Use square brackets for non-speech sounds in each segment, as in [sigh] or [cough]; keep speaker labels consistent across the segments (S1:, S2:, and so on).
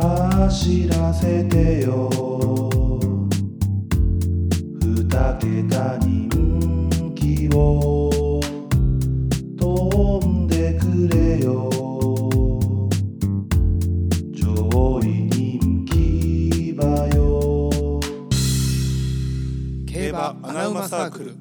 S1: 走らせてよ二桁人気を飛んでくれよ上位人気馬よ
S2: 競馬アナウマサークル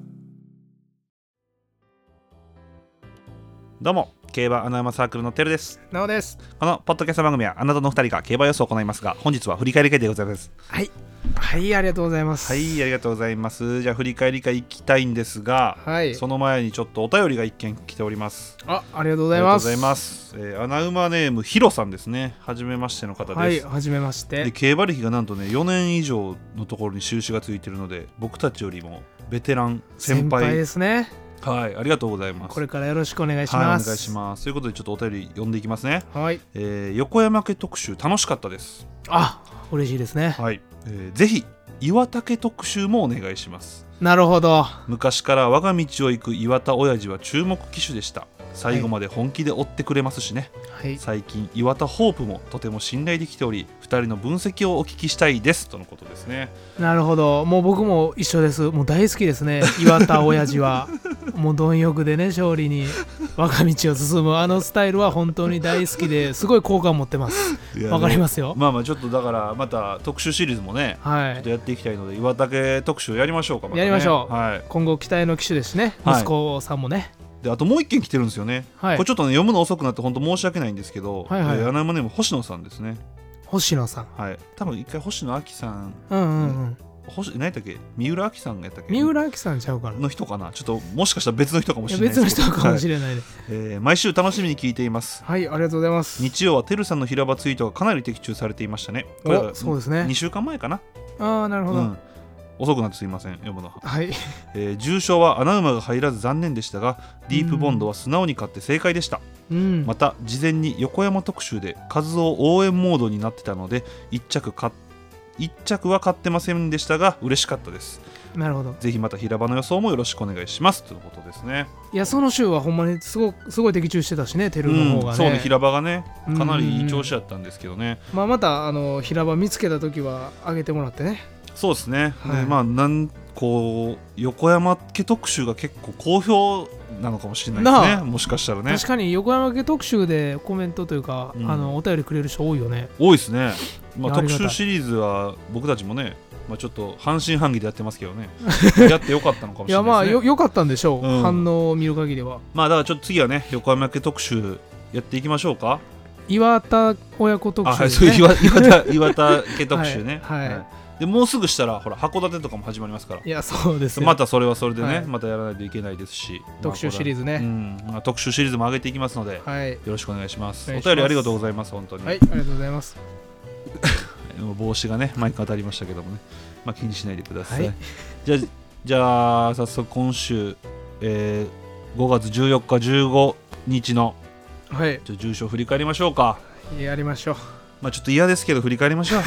S3: どうも競馬アナウマサークルのてるです
S4: なおです。
S3: このポッドキャスト番組はあなたの2人が競馬予想を行いますが本日は振り返り会でございます
S4: はい。はい、ありがとうございます。
S3: はいありがとうございますじゃあ振り返り会行きたいんですが、
S4: はい
S3: その前にちょっとお便りが一件来ております
S4: あ、ありがとうござ
S3: あり
S4: い
S3: がとう
S4: ま
S3: ご
S4: す。
S3: ざいます、えー、アナウマネームヒロさんですねはじめましての方です、
S4: はい、はじめまし
S3: で
S4: て。
S3: 競馬歴がなんとね4年以上のところに印がついてるので僕たちよりもベテラン先輩
S4: ですね。
S3: はいありがとうございます
S4: これからよろしくお願いし
S3: はい、
S4: ま
S3: お
S4: す。
S3: 願いしますということでちょっとお便り読んでいきますね、
S4: はい。
S3: えー横山家特集楽しかったです
S4: あ、嬉しいですね。
S3: はい、えーぜひ岩田家特集もお願いします
S4: なるほど。
S3: 昔から我が道を行く岩田親父は注目機種でした最後まで本気で追ってくれますしね、
S4: はい。
S3: 最近岩田ホープもとても信頼できており2人の分析をお聞きしたいですとのことですね
S4: なるほど。もう僕も一緒です。もう大好きですね。岩田親父
S3: [laughs]
S4: は。もう貪欲でね、勝利に若道を進むあのスタイルは本当に大好きですごい好感持ってます。わかりますよ。
S3: まあまあちょっとだからまた特集シリーズもね、
S4: は
S3: ちょっ
S4: い
S3: と。やっていきたいので岩田家特集やりましょうかたね
S4: やりましょう
S3: はい、
S4: 今後期待の機種ですしね。
S3: はい
S4: 息子さんもね。
S3: であともう一件来てるんですよね、
S4: はい
S3: これちょっとね読むの遅くなって本当申し訳ないんですけど、
S4: はいはい
S3: えー穴山ネーム星野さんですね
S4: 星野さん。
S3: はい多分一回星野亜紀さん
S4: うんうんうん。
S3: 星何やったっけ三浦亜紀さんがやったっけ
S4: 三浦亜紀さんちゃうから
S3: の人かなちょっともしかしたら別の人かも
S4: い
S3: し
S4: や
S3: れない
S4: 別の人かもし
S3: れ
S4: れないです
S3: ない、はいえー毎週楽しみに聞いています
S4: はい、ありがとうございます
S3: 日曜はてるさんの平場ツイートがかなり的中されていましたねこれは
S4: おそうですね
S3: 2週間前かな、
S4: ああなるほ
S3: う
S4: ど、
S3: ん、遅くなってすいません読むのは、
S4: はい
S3: えー重賞は穴馬が入らず残念でしたがディープボンドは素直に勝って正解でした
S4: うん、
S3: また事前に横山特集で数を応援モードになってたので1着か一着は買ってませんでしたが嬉しかったです
S4: なるほど
S3: ぜひまた平場の予想もよろしくお願いしますということですね
S4: いやその週はほんまにすごくすごい的中してたしねテルの方がね,、
S3: うん、そうね平場がね
S4: うん
S3: かなりいい調子だったんですけどね、
S4: まあ、またあの平場見つけた時は上げてもらってね
S3: そうですね、
S4: はい
S3: でまあなんこう横山家特集が結構好評なのかもしれないです
S4: なあ
S3: ねもしかしたらね
S4: 確かに横山家特集でコメントというか、
S3: うん
S4: あのお便りくれる人多いよね
S3: 多いですね、まあ、
S4: いやあり
S3: 特
S4: がたい
S3: 集シリーズは僕たちもね、まあ、ちょっと半信半疑でやってますけ
S4: [laughs]
S3: どねやってよかったのかもし
S4: い
S3: れな
S4: やま
S3: いですね
S4: あよよかったんでしょう、
S3: うん
S4: 反応を見る限りは
S3: まあだからちょっと次はね横山家特集やっていきましょうか。
S4: 岩田親子特
S3: あ
S4: 集
S3: はい、
S4: です
S3: そう
S4: ね、
S3: いう岩
S4: [laughs]
S3: 岩田岩田家特集ね。
S4: はいはい
S3: でもうすぐしたらほら函館とかも始まりますから
S4: い。やそうですよ
S3: またそれはそれでね、
S4: はい
S3: またやらないといけないですし
S4: 特集シリー
S3: ズ
S4: ズね、
S3: うんまあ、特集シリーズも上げていきますので、よ
S4: はい
S3: ろしくお願いします
S4: お
S3: お
S4: 願いします
S3: 便りありがとうございます本当に、
S4: はいありがとうございます
S3: 帽子がねマイク当たりましたけどもね、まあ、気にしないでください、
S4: はい
S3: [laughs] じゃあじゃあ早速今週、えー5月14日15日の
S4: はい
S3: ちょっと重賞振り返りましょうか
S4: やりましょう
S3: まあちょっと嫌ですけど振り返りましょう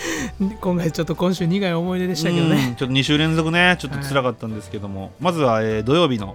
S4: [laughs] 今回ちょっと今週苦い思 [laughs] い出でしたけど
S3: うん
S4: ね
S3: ちょっと2週連続ねちょっと辛かったんですけども、まずは、えー土曜日の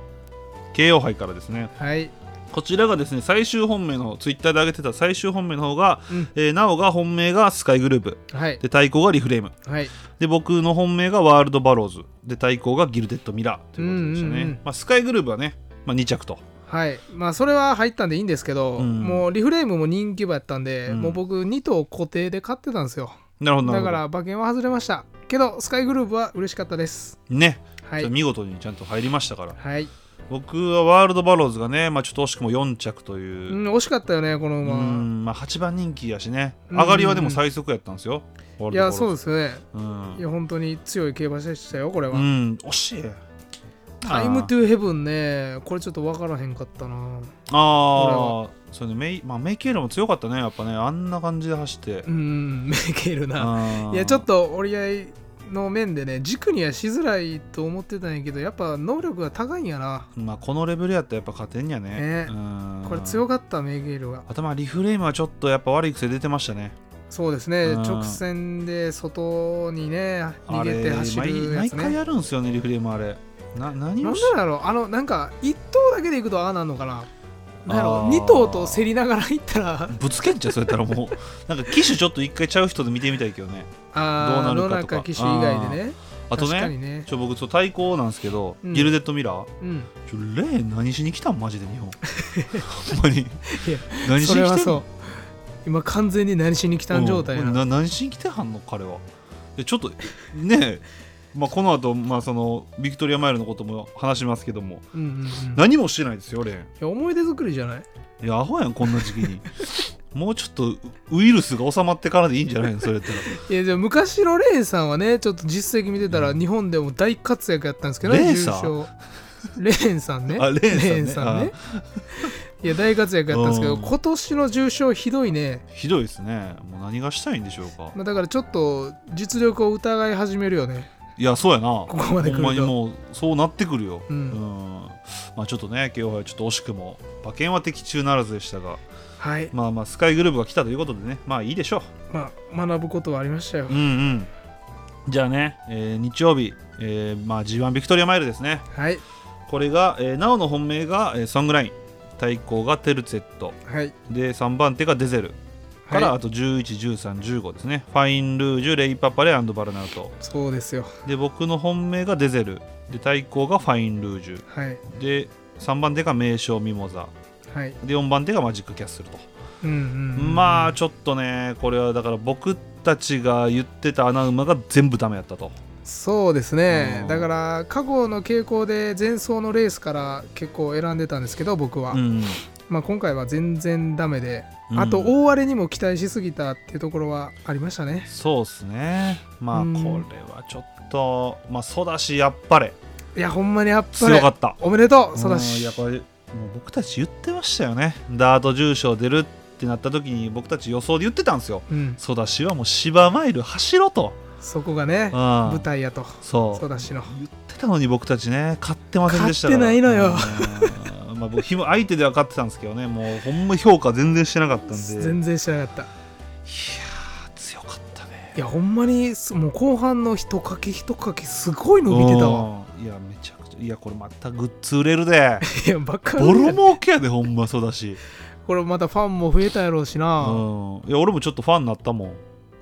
S3: 慶応杯からですね
S4: はい
S3: こちらがですね最終本命のツイッターで上げてた最終本命の方が、
S4: うん
S3: えーなおが本命がスカイグループ
S4: はい
S3: で対抗がリフレーム
S4: はい
S3: で僕の本命がワールドバローズで対抗がギルデッドミラーということでしたね、
S4: うんうんうん
S3: まあ、スカイグループはね、まあ、2着と
S4: はいまあそれは入ったんでいいんですけど、
S3: うん
S4: もうリフレームも人気馬やったんで、
S3: うん
S4: もう僕2頭固定で勝ってたんですよ
S3: なるほど
S4: だ
S3: なるほ
S4: か
S3: ど
S4: ら馬券は外れましたけどスカイグループは嬉しかったです
S3: ね、
S4: は
S3: ちょっと
S4: い
S3: 見事にちゃんと入りましたから
S4: はい、
S3: 僕はワールドバローズがね、まあ、ちょっと惜しくも4着という
S4: うん、惜しかったよねこの
S3: う
S4: 馬、
S3: んまあ、8番人気やしね
S4: うん
S3: 上がりはでも最速やったんですよ、
S4: いやそうですすよね
S3: うん
S4: いや本当に強い競馬でしたよこれ
S3: う
S4: は、
S3: ん、惜しい
S4: タイムトゥーヘブンねこれちょっと分からへんかったな
S3: ああそうねメイ,、まあ、メイケールも強かったねやっぱねあんな感じで走って
S4: う、ん [laughs] メケるな
S3: うん
S4: いやちょっと折り合いの面でね軸にはしづらいと思ってたんやけどやっぱ能力が高いんやな、
S3: まあこのレベルやったらやっぱ勝てんやね
S4: ね
S3: うん
S4: これ強かったメイゲールは
S3: あとまあリフレームはちょっとやっぱ悪い癖出てましたね
S4: そうですね、
S3: うん
S4: 直線で外にね逃
S3: あ
S4: げ
S3: れ
S4: て走るや
S3: 毎
S4: つ
S3: 毎回
S4: ね
S3: やるんですよねリフレームあれな何
S4: な
S3: を
S4: ん
S3: し
S4: でだろうあのなんか一頭だけで行くとああなんのかななんやろ
S3: あー
S4: 2頭と競りながら行ったら
S3: ぶつけんじゃんそれやったら
S4: [laughs]
S3: もうなんか機種ちょっと一回ちゃう人で見てみたいけどね
S4: あー
S3: どう
S4: 野
S3: なるか
S4: 中
S3: とか
S4: 騎手以外でね
S3: あと
S4: 確か
S3: ね
S4: にね
S3: ちょ僕ちょっと対抗なんですけど、
S4: うん
S3: ギルデッドミラー
S4: うん
S3: ちょレイ何しに来たんマジで
S4: [laughs]
S3: 日本ほんまに
S4: や
S3: 何し
S4: そ
S3: に
S4: れ
S3: 来
S4: は
S3: てん
S4: そ
S3: の
S4: う今完全に何しに来たん状態や
S3: うん
S4: な
S3: な何しに来てはんの彼はでちょっとねえ、 [laughs] まあ、この後、まあそのビクトリアマイルのことも話しますけども
S4: うんうんうんい
S3: 何もしてないですよレン
S4: や思い出作りじゃない
S3: いやアホやんこんな時期に [laughs] もうちょっとウイルスが収まってからでいいんじゃないのそれやったら [laughs]
S4: いやでも昔のレイさんはねちょっと実績見てたら日本でも大活躍やったんですけど
S3: レイさん
S4: 優勝レンさ [laughs] んね
S3: あレンさんね
S4: ねいや大活躍やったんですけど
S3: うん
S4: 今年の重賞ひどいね
S3: ひどいですねもう何がしたいんでしょうか
S4: まあ、だからちょっと実力を疑い始めるよね。
S3: いやそうやなこ
S4: こまで来ると
S3: ほんまにもうそうなってくるよ
S4: う
S3: うんん、まあちょっとね今日はちょっと惜しくも馬券は的中ならずでしたが
S4: はい。
S3: まあまあスカイグループが来たということでねまあいいでしょう
S4: まあ、学ぶことはありましたよ
S3: うん。うんじゃあね、えー日曜日、えーまあ、G1 ビクトリアマイルですね
S4: はい。
S3: これが、えーなおの本命が、えーソングライン対抗がテルツェット
S4: はい。
S3: で3番手がデゼルから、
S4: はい
S3: あと111315ですねファインルージュレイパパレバルナウト
S4: そうですよ。
S3: で僕の本命がデゼルで対抗がファインルージュ
S4: はい。
S3: で3番手が名称ミモザ
S4: はい。
S3: で4番手がマジックキャッスルと、
S4: うんうん、うん。
S3: まあちょっとねこれはだから僕たちが言ってた穴馬が全部ダメやったと
S4: そうですね
S3: う。ん
S4: だから、過去の傾向で前走のレースから結構選んでたんですけど、僕は。
S3: うん
S4: まあ、今回は全然ダメで、
S3: うん
S4: あと、大荒れにも期待しすぎたっていうところはありましたね。
S3: そうですねまあ
S4: うん
S3: これはちょっとまあソダシやっぱり
S4: いや、ほんまにやっぱり
S3: 強か。った
S4: おめでとう、そうだ
S3: うんい
S4: し
S3: や。これもう僕たち言ってましたよねダート重賞出るってなった時に僕たち予想で言ってたんですよ
S4: うん。
S3: ソダシはもう芝マイル走ろと、
S4: そこがね
S3: うん、、
S4: 舞台やと。
S3: そう
S4: そうだしの。
S3: 言ってたのに僕たちね買ってませんでしたから
S4: 買ってないのよ
S3: うんまあ僕ひも相手では買ってたんですけどねもうほんま評価全然してなかったんで
S4: 全然知らなかった
S3: あ強かったね
S4: いやほんまにすもう後半の一かき一かきすごい伸びてたわ
S3: うんいやめちゃくちゃいやこれまたグッズ売れるで
S4: いやばっ [laughs] かり
S3: ボロ儲けやでほんまそうだし、
S4: これまたファンも増えたやろうし
S3: う
S4: な、
S3: ん、いや俺もちょっとファンになっ
S4: [laughs]
S3: たもん
S4: い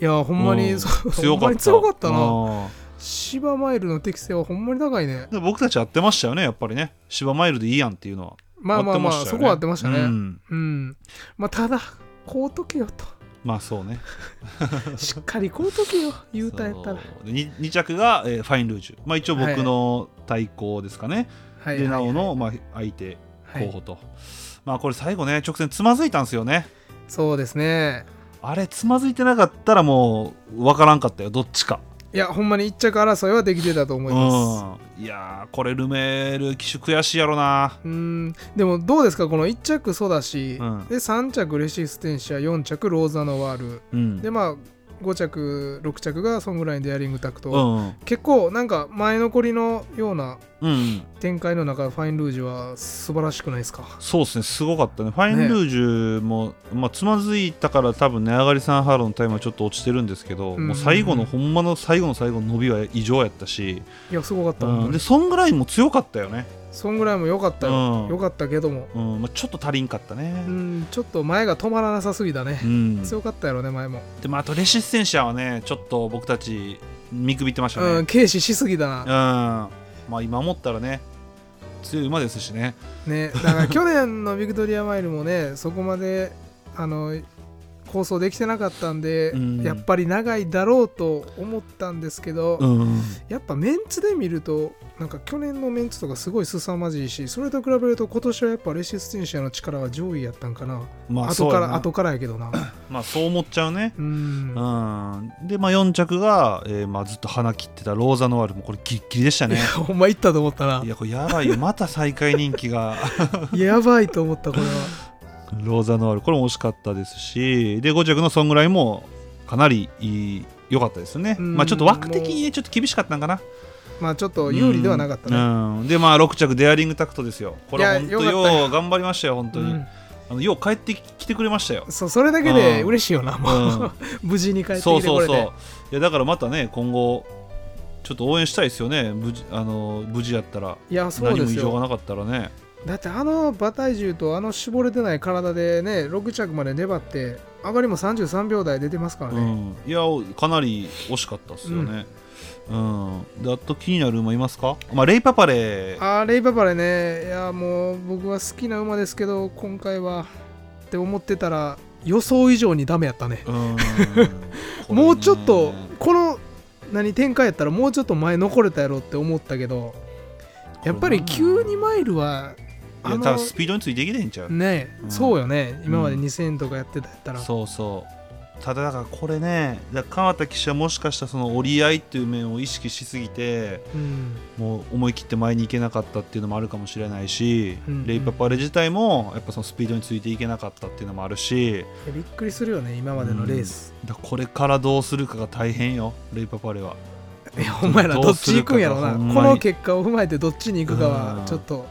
S4: やほんまに、
S3: うん
S4: そうほ
S3: 強
S4: ん
S3: か
S4: ま
S3: っ
S4: に
S3: た
S4: 強かったな
S3: うん
S4: 芝マイルの適性はほんまに高いね
S3: で僕たちやってましたよねやっぱりね芝マイルでいいやんっていうのは
S4: まあまあまあ
S3: やって
S4: そ
S3: したよ
S4: こは合ってましたねう、
S3: うんん
S4: まあただこうとけよと
S3: まあそうね
S4: しっかりこうとけよ言うたやったら
S3: そうで 2, 着が、えーファインルージュ、まあ、一応僕の対抗ですかね、
S4: はい
S3: で
S4: は
S3: ないおの、まあ、相手
S4: はい
S3: 候補と、まあこれ最後ね直線つまずいたんですよね
S4: そうですね
S3: あれつまずいてなかったらもう分からんかったよどっちか
S4: いやほんまに一着争いはできてたと思います
S3: うんいやーこれルメール騎手悔しいやろな
S4: うーんでもどうですかこの1着ソダシ、
S3: うん
S4: で3着レシステンシア4着ローザノワール
S3: うん
S4: でまあ5着6着がソングラインデアリングタクト、
S3: うん
S4: 結構なんか前残りのような
S3: うん
S4: 展開の中ファインルージュは素晴らしくないですか
S3: そうですねすごかったねファインルージュも、まあ、つまずいたから多分値上がりサンハローのタイムはちょっと落ちてるんですけど、
S4: うん
S3: もう最後のほんまの最後の最後の伸びは異常やったし、
S4: いやすごかった、
S3: う
S4: も
S3: ん、
S4: ん
S3: で、ソングラインも強かったよね、
S4: ソングラインも良かったよ、
S3: うん
S4: 良かったけども
S3: うんまあ、ちょっと足りんかったね、
S4: うんちょっと前が止まらなさすぎだね
S3: う、ん、
S4: 強かったやろね前も、
S3: でもあとレシステンシャはねちょっと僕たち見くびってましたね、う
S4: うんん軽視しすぎだな、
S3: まあ今思ったらね強い馬ですしね
S4: ねだから去年のビクトリアマイルもね [laughs] そこまであの構想できてなかったんで、
S3: うん
S4: やっぱり長いだろうと思ったんですけど、
S3: うん
S4: やっぱメンツで見るとなんか去年のメンツとかすごい凄まじいしそれと比べると今年はやっぱレシステンシアの力は上位やったんかな
S3: まあそ
S4: 後
S3: う
S4: か
S3: やな
S4: ら後からやけどな
S3: まあそう思っちゃうね
S4: うん
S3: うん、で、まあ、4着が、えーまあ、ずっと花切ってたローザノワールもこれギッギリでした
S4: い
S3: ね
S4: や [laughs] ほんまいったと思ったない
S3: やこれやばいよまた最下位人気が [laughs]
S4: やばいと思ったこれは
S3: ローザノワールこれも惜しかったですしで5着のソングラインもかなりいい良かったですね、
S4: うん
S3: まあ、ちょっと枠的にねちょっと厳しかったんかな
S4: まあちょっと有利ではなかったね、
S3: うんうんでまあ6着デアリングタクトですよこれ
S4: いや
S3: 本当
S4: よか
S3: よ
S4: ったよ
S3: う頑張りましたよ本当に、
S4: うん
S3: あのよう帰ってきてくれましたよ、
S4: そうそれだけで嬉しいよな、もう
S3: うん
S4: [laughs] 無事に帰ってきて
S3: そ
S4: こ
S3: う
S4: れて
S3: そうそういやだからまたね今後ちょっと応援したいですよね無事あの無事やったら
S4: いやそう
S3: 何
S4: で
S3: も
S4: す
S3: 異常が
S4: よ
S3: なかったらね
S4: だってあの馬体重とあの絞れてない体でね6着まで粘って上がりも33秒台出てますから
S3: う
S4: ね、
S3: ん、いやかなり惜しかったですよね、うんであと気になる馬いますか、まあ、レイパパレー
S4: あーレイババレねいやもう僕は好きな馬ですけど今回はって思ってたら予想以上にダメやったね
S3: うんこれね
S4: [laughs] もうちょっとこの何展開やったらもうちょっと前残れたやろって思ったけどやっぱり急にマイルはいあ
S3: や多分
S4: の
S3: スピードについていけないんちゃう、
S4: ね
S3: うん
S4: そうよね今まで
S3: うん
S4: 2000とかやってたやったら、
S3: そうそうただだからこれねだから川田騎手はもしかしたらその折り合いっていう面を意識しすぎて
S4: うん
S3: もう思い切って前に行けなかったっていうのもあるかもしれないし、
S4: うんうん
S3: レイパパレ自体もやっぱそのスピードについていけなかったっていうのもあるし
S4: いやびっくりするよね今までのレース、
S3: だからこれからどうするかが大変よレイパパレは。
S4: いやお前ら
S3: ど
S4: ど
S3: う
S4: っ
S3: す
S4: ち
S3: る
S4: 行
S3: か
S4: くんやろうな
S3: ほんまに
S4: この結果を踏まえてどっちに行くか
S3: う
S4: は
S3: ん
S4: ちょっと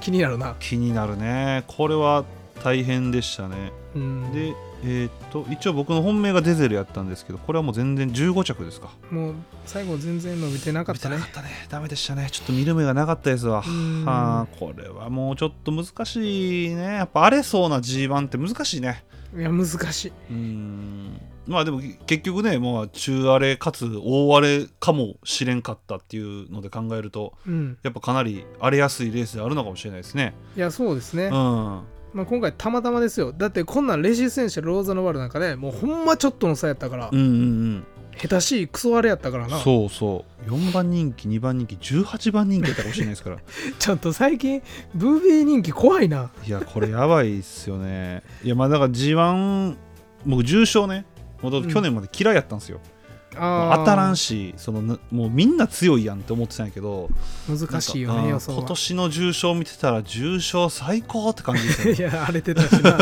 S4: 気になるな、
S3: 気になるねこれは大変でしたね
S4: うん、
S3: でえーっと一応僕の本命がデゼルやったんですけどこれはもう全然15着ですか
S4: もう最後全然伸びてなかったね
S3: 見てなかったねダメでしたねちょっと見る目がなかったですわ
S4: うん
S3: はあこれはもうちょっと難しいねやっぱ荒れそうな G1 って難しいね
S4: いや難しい
S3: うんまあでも結局ねもう中荒れかつ大荒れかもしれんかったっていうので考えると
S4: うん
S3: やっぱかなり荒れやすいレースであるのかもしれないですね
S4: いやそうですね、
S3: うん
S4: まあ、今回たまたまですよだってこんなんレジステンシャルローザノワールなんかねもうほんまちょっとの差やったから、
S3: うんうんうん
S4: 下手しいクソあれやったからな
S3: そうそう4番人気2番人気18番人気だったかもしれないですか
S4: [laughs]
S3: ら
S4: ちょっと最近ブービー人気怖いない
S3: やこれやばいっすよねいやまあだから G1 僕重賞ねもともと去年まで嫌いやったんですよ、もう
S4: あー
S3: 当たらんしそのなもうみんな強いやんって思ってたんやけど
S4: 難しいよ
S3: なんか
S4: ね
S3: うん
S4: 予想は
S3: 今年の重賞見てたら重賞最高って感じ
S4: [laughs]
S3: ですよ
S4: い
S3: ね
S4: や荒れてたし
S3: [laughs]
S4: な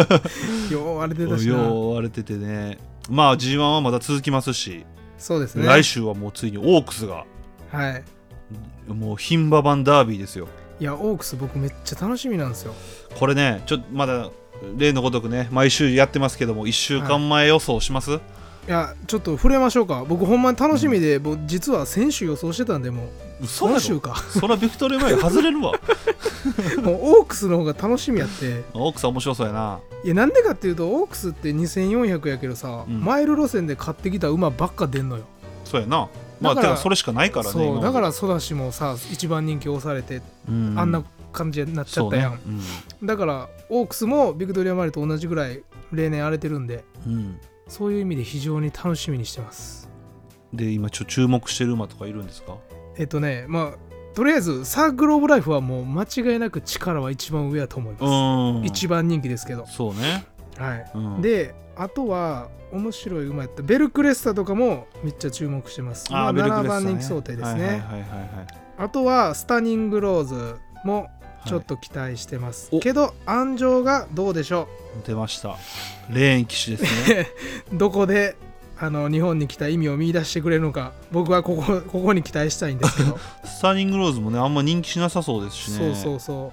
S4: よう荒れてたしな
S3: よう荒れててねまあ G1 はまだ続きますし、
S4: そうですね
S3: 来週はもうついにオークスが
S4: はい
S3: もう牝馬版ダービーですよ
S4: いやオークス僕めっちゃ楽しみなんですよ
S3: これねちょっとまだ例のごとくね毎週やってますけども1週間前予想します、
S4: いやちょっと触れましょうか僕ほんまに楽しみで、もう実は先週予想してたんでもう
S3: 嘘や
S4: 今
S3: ろ
S4: 週か [laughs]
S3: そらビクトリーマイル外れるわ [laughs]
S4: もうオークスの方が楽しみやって
S3: オークスは面白そうやない
S4: やなんでかっていうとオークスって2400やけどさ、
S3: うん
S4: マイル路線で買ってきた馬ばっか出んのよ
S3: そうやなまあ
S4: だ
S3: て
S4: から
S3: かそれしかないからね
S4: そう
S3: 今
S4: だからソダシもさ一番人気押されて、
S3: うん
S4: あんな感じになっちゃったやん、
S3: そうね
S4: だからオークスもビクトリア・マリと同じぐらい例年荒れてるんで
S3: うんうん
S4: そういう意味で非常に楽しみにしてます
S3: で今ちょ注目してる馬とかいるんですか
S4: えっとねまあとりあえずサークル・オブ・ライフはもう間違いなく力は一番上やと思います、
S3: ん
S4: 一番人気ですけど、
S3: そうね、
S4: はい
S3: うん、
S4: であとは面白い馬やったベルクレスタとかもめっちゃ注目してます
S3: あーベルクレ
S4: 7
S3: スタ
S4: 番
S3: ね
S4: 人気想定ですね、
S3: はいはいはいはい
S4: あとはスタニング・ローズも
S3: はい
S4: ちょっと期待してます、
S3: お
S4: けど安城がどうでしょ
S3: 出ましたレーン騎士ですね [laughs]
S4: うどこであの日本に来た意味を見出してくれるのか僕はここここに期待したいんですけ
S3: [laughs]
S4: ど、
S3: スターニングローズもねあんま人気しなさそうですしね
S4: そうそうそ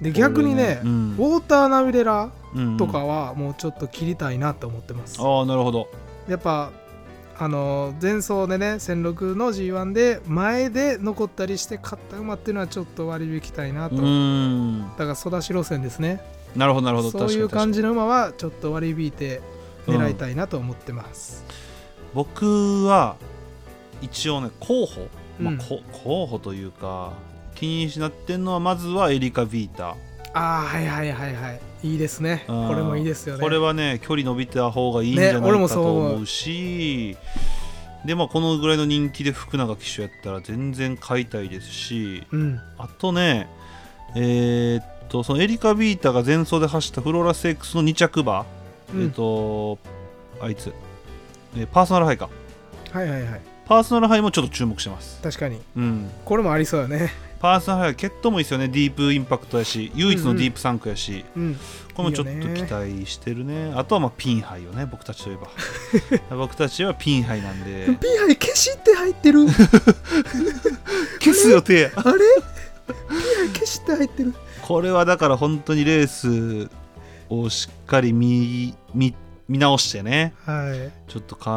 S4: うで逆にね
S3: これねうん
S4: ウォーターナビレラ
S3: うんうん
S4: とかはもうちょっと切りたいなと思ってます、
S3: ああなるほど
S4: やっぱあの前走でね1006の G1 で前で残ったりして勝った馬っていうのはちょっと割り引きたいな
S3: う
S4: と、だ
S3: ん
S4: から育ち路線ですね
S3: なるほどなるほど
S4: そういう
S3: 確かに確かに
S4: 感じの馬はちょっと割り引いて狙いたいなと思ってます、
S3: 僕は一応ね候補、まあ
S4: うん
S3: こ候補というか気になってんのはまずはエリカ・ビータ
S4: ああはいはいはいはいいいですね
S3: うん
S4: これもいいですよね
S3: これはね距離伸びた方がいいんじゃ
S4: ね
S3: ない
S4: 俺も
S3: か
S4: そう
S3: と
S4: 思う
S3: 思うし、でまあこのぐらいの人気で福永騎手やったら全然買いたいですし
S4: うん
S3: あとねえーっとそのエリカ・ビータが前走で走ったフローラス X の2着馬、
S4: うん
S3: えーっとあいつ、えーパーソナルハイか
S4: はいはいはい
S3: パーソナルハイもちょっと注目してます
S4: 確かに
S3: うん
S4: これもありそうだね
S3: パーソナルハイは決闘もいいですよねディープインパクトやし唯一のディープサンクやし、
S4: うん
S3: これもちょっと
S4: いい
S3: い
S4: よね
S3: 期待してるねあとはまあピンハイよね僕たちといえば [laughs] 僕たちはピンハイなんで [laughs]
S4: ピンハイ消しって入ってる
S3: 消す予定や
S4: あれピンハイ消しって入ってる
S3: これはだから本当にレースをしっかり見見見直してね
S4: はい
S3: ちょっと考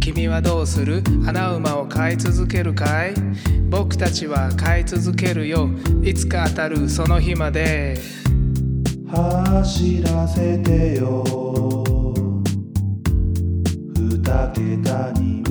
S4: 君はどうする穴馬を飼い続けるかい僕たちは飼い続けるよいつか当たるその日まで
S1: 走らせてよ二桁に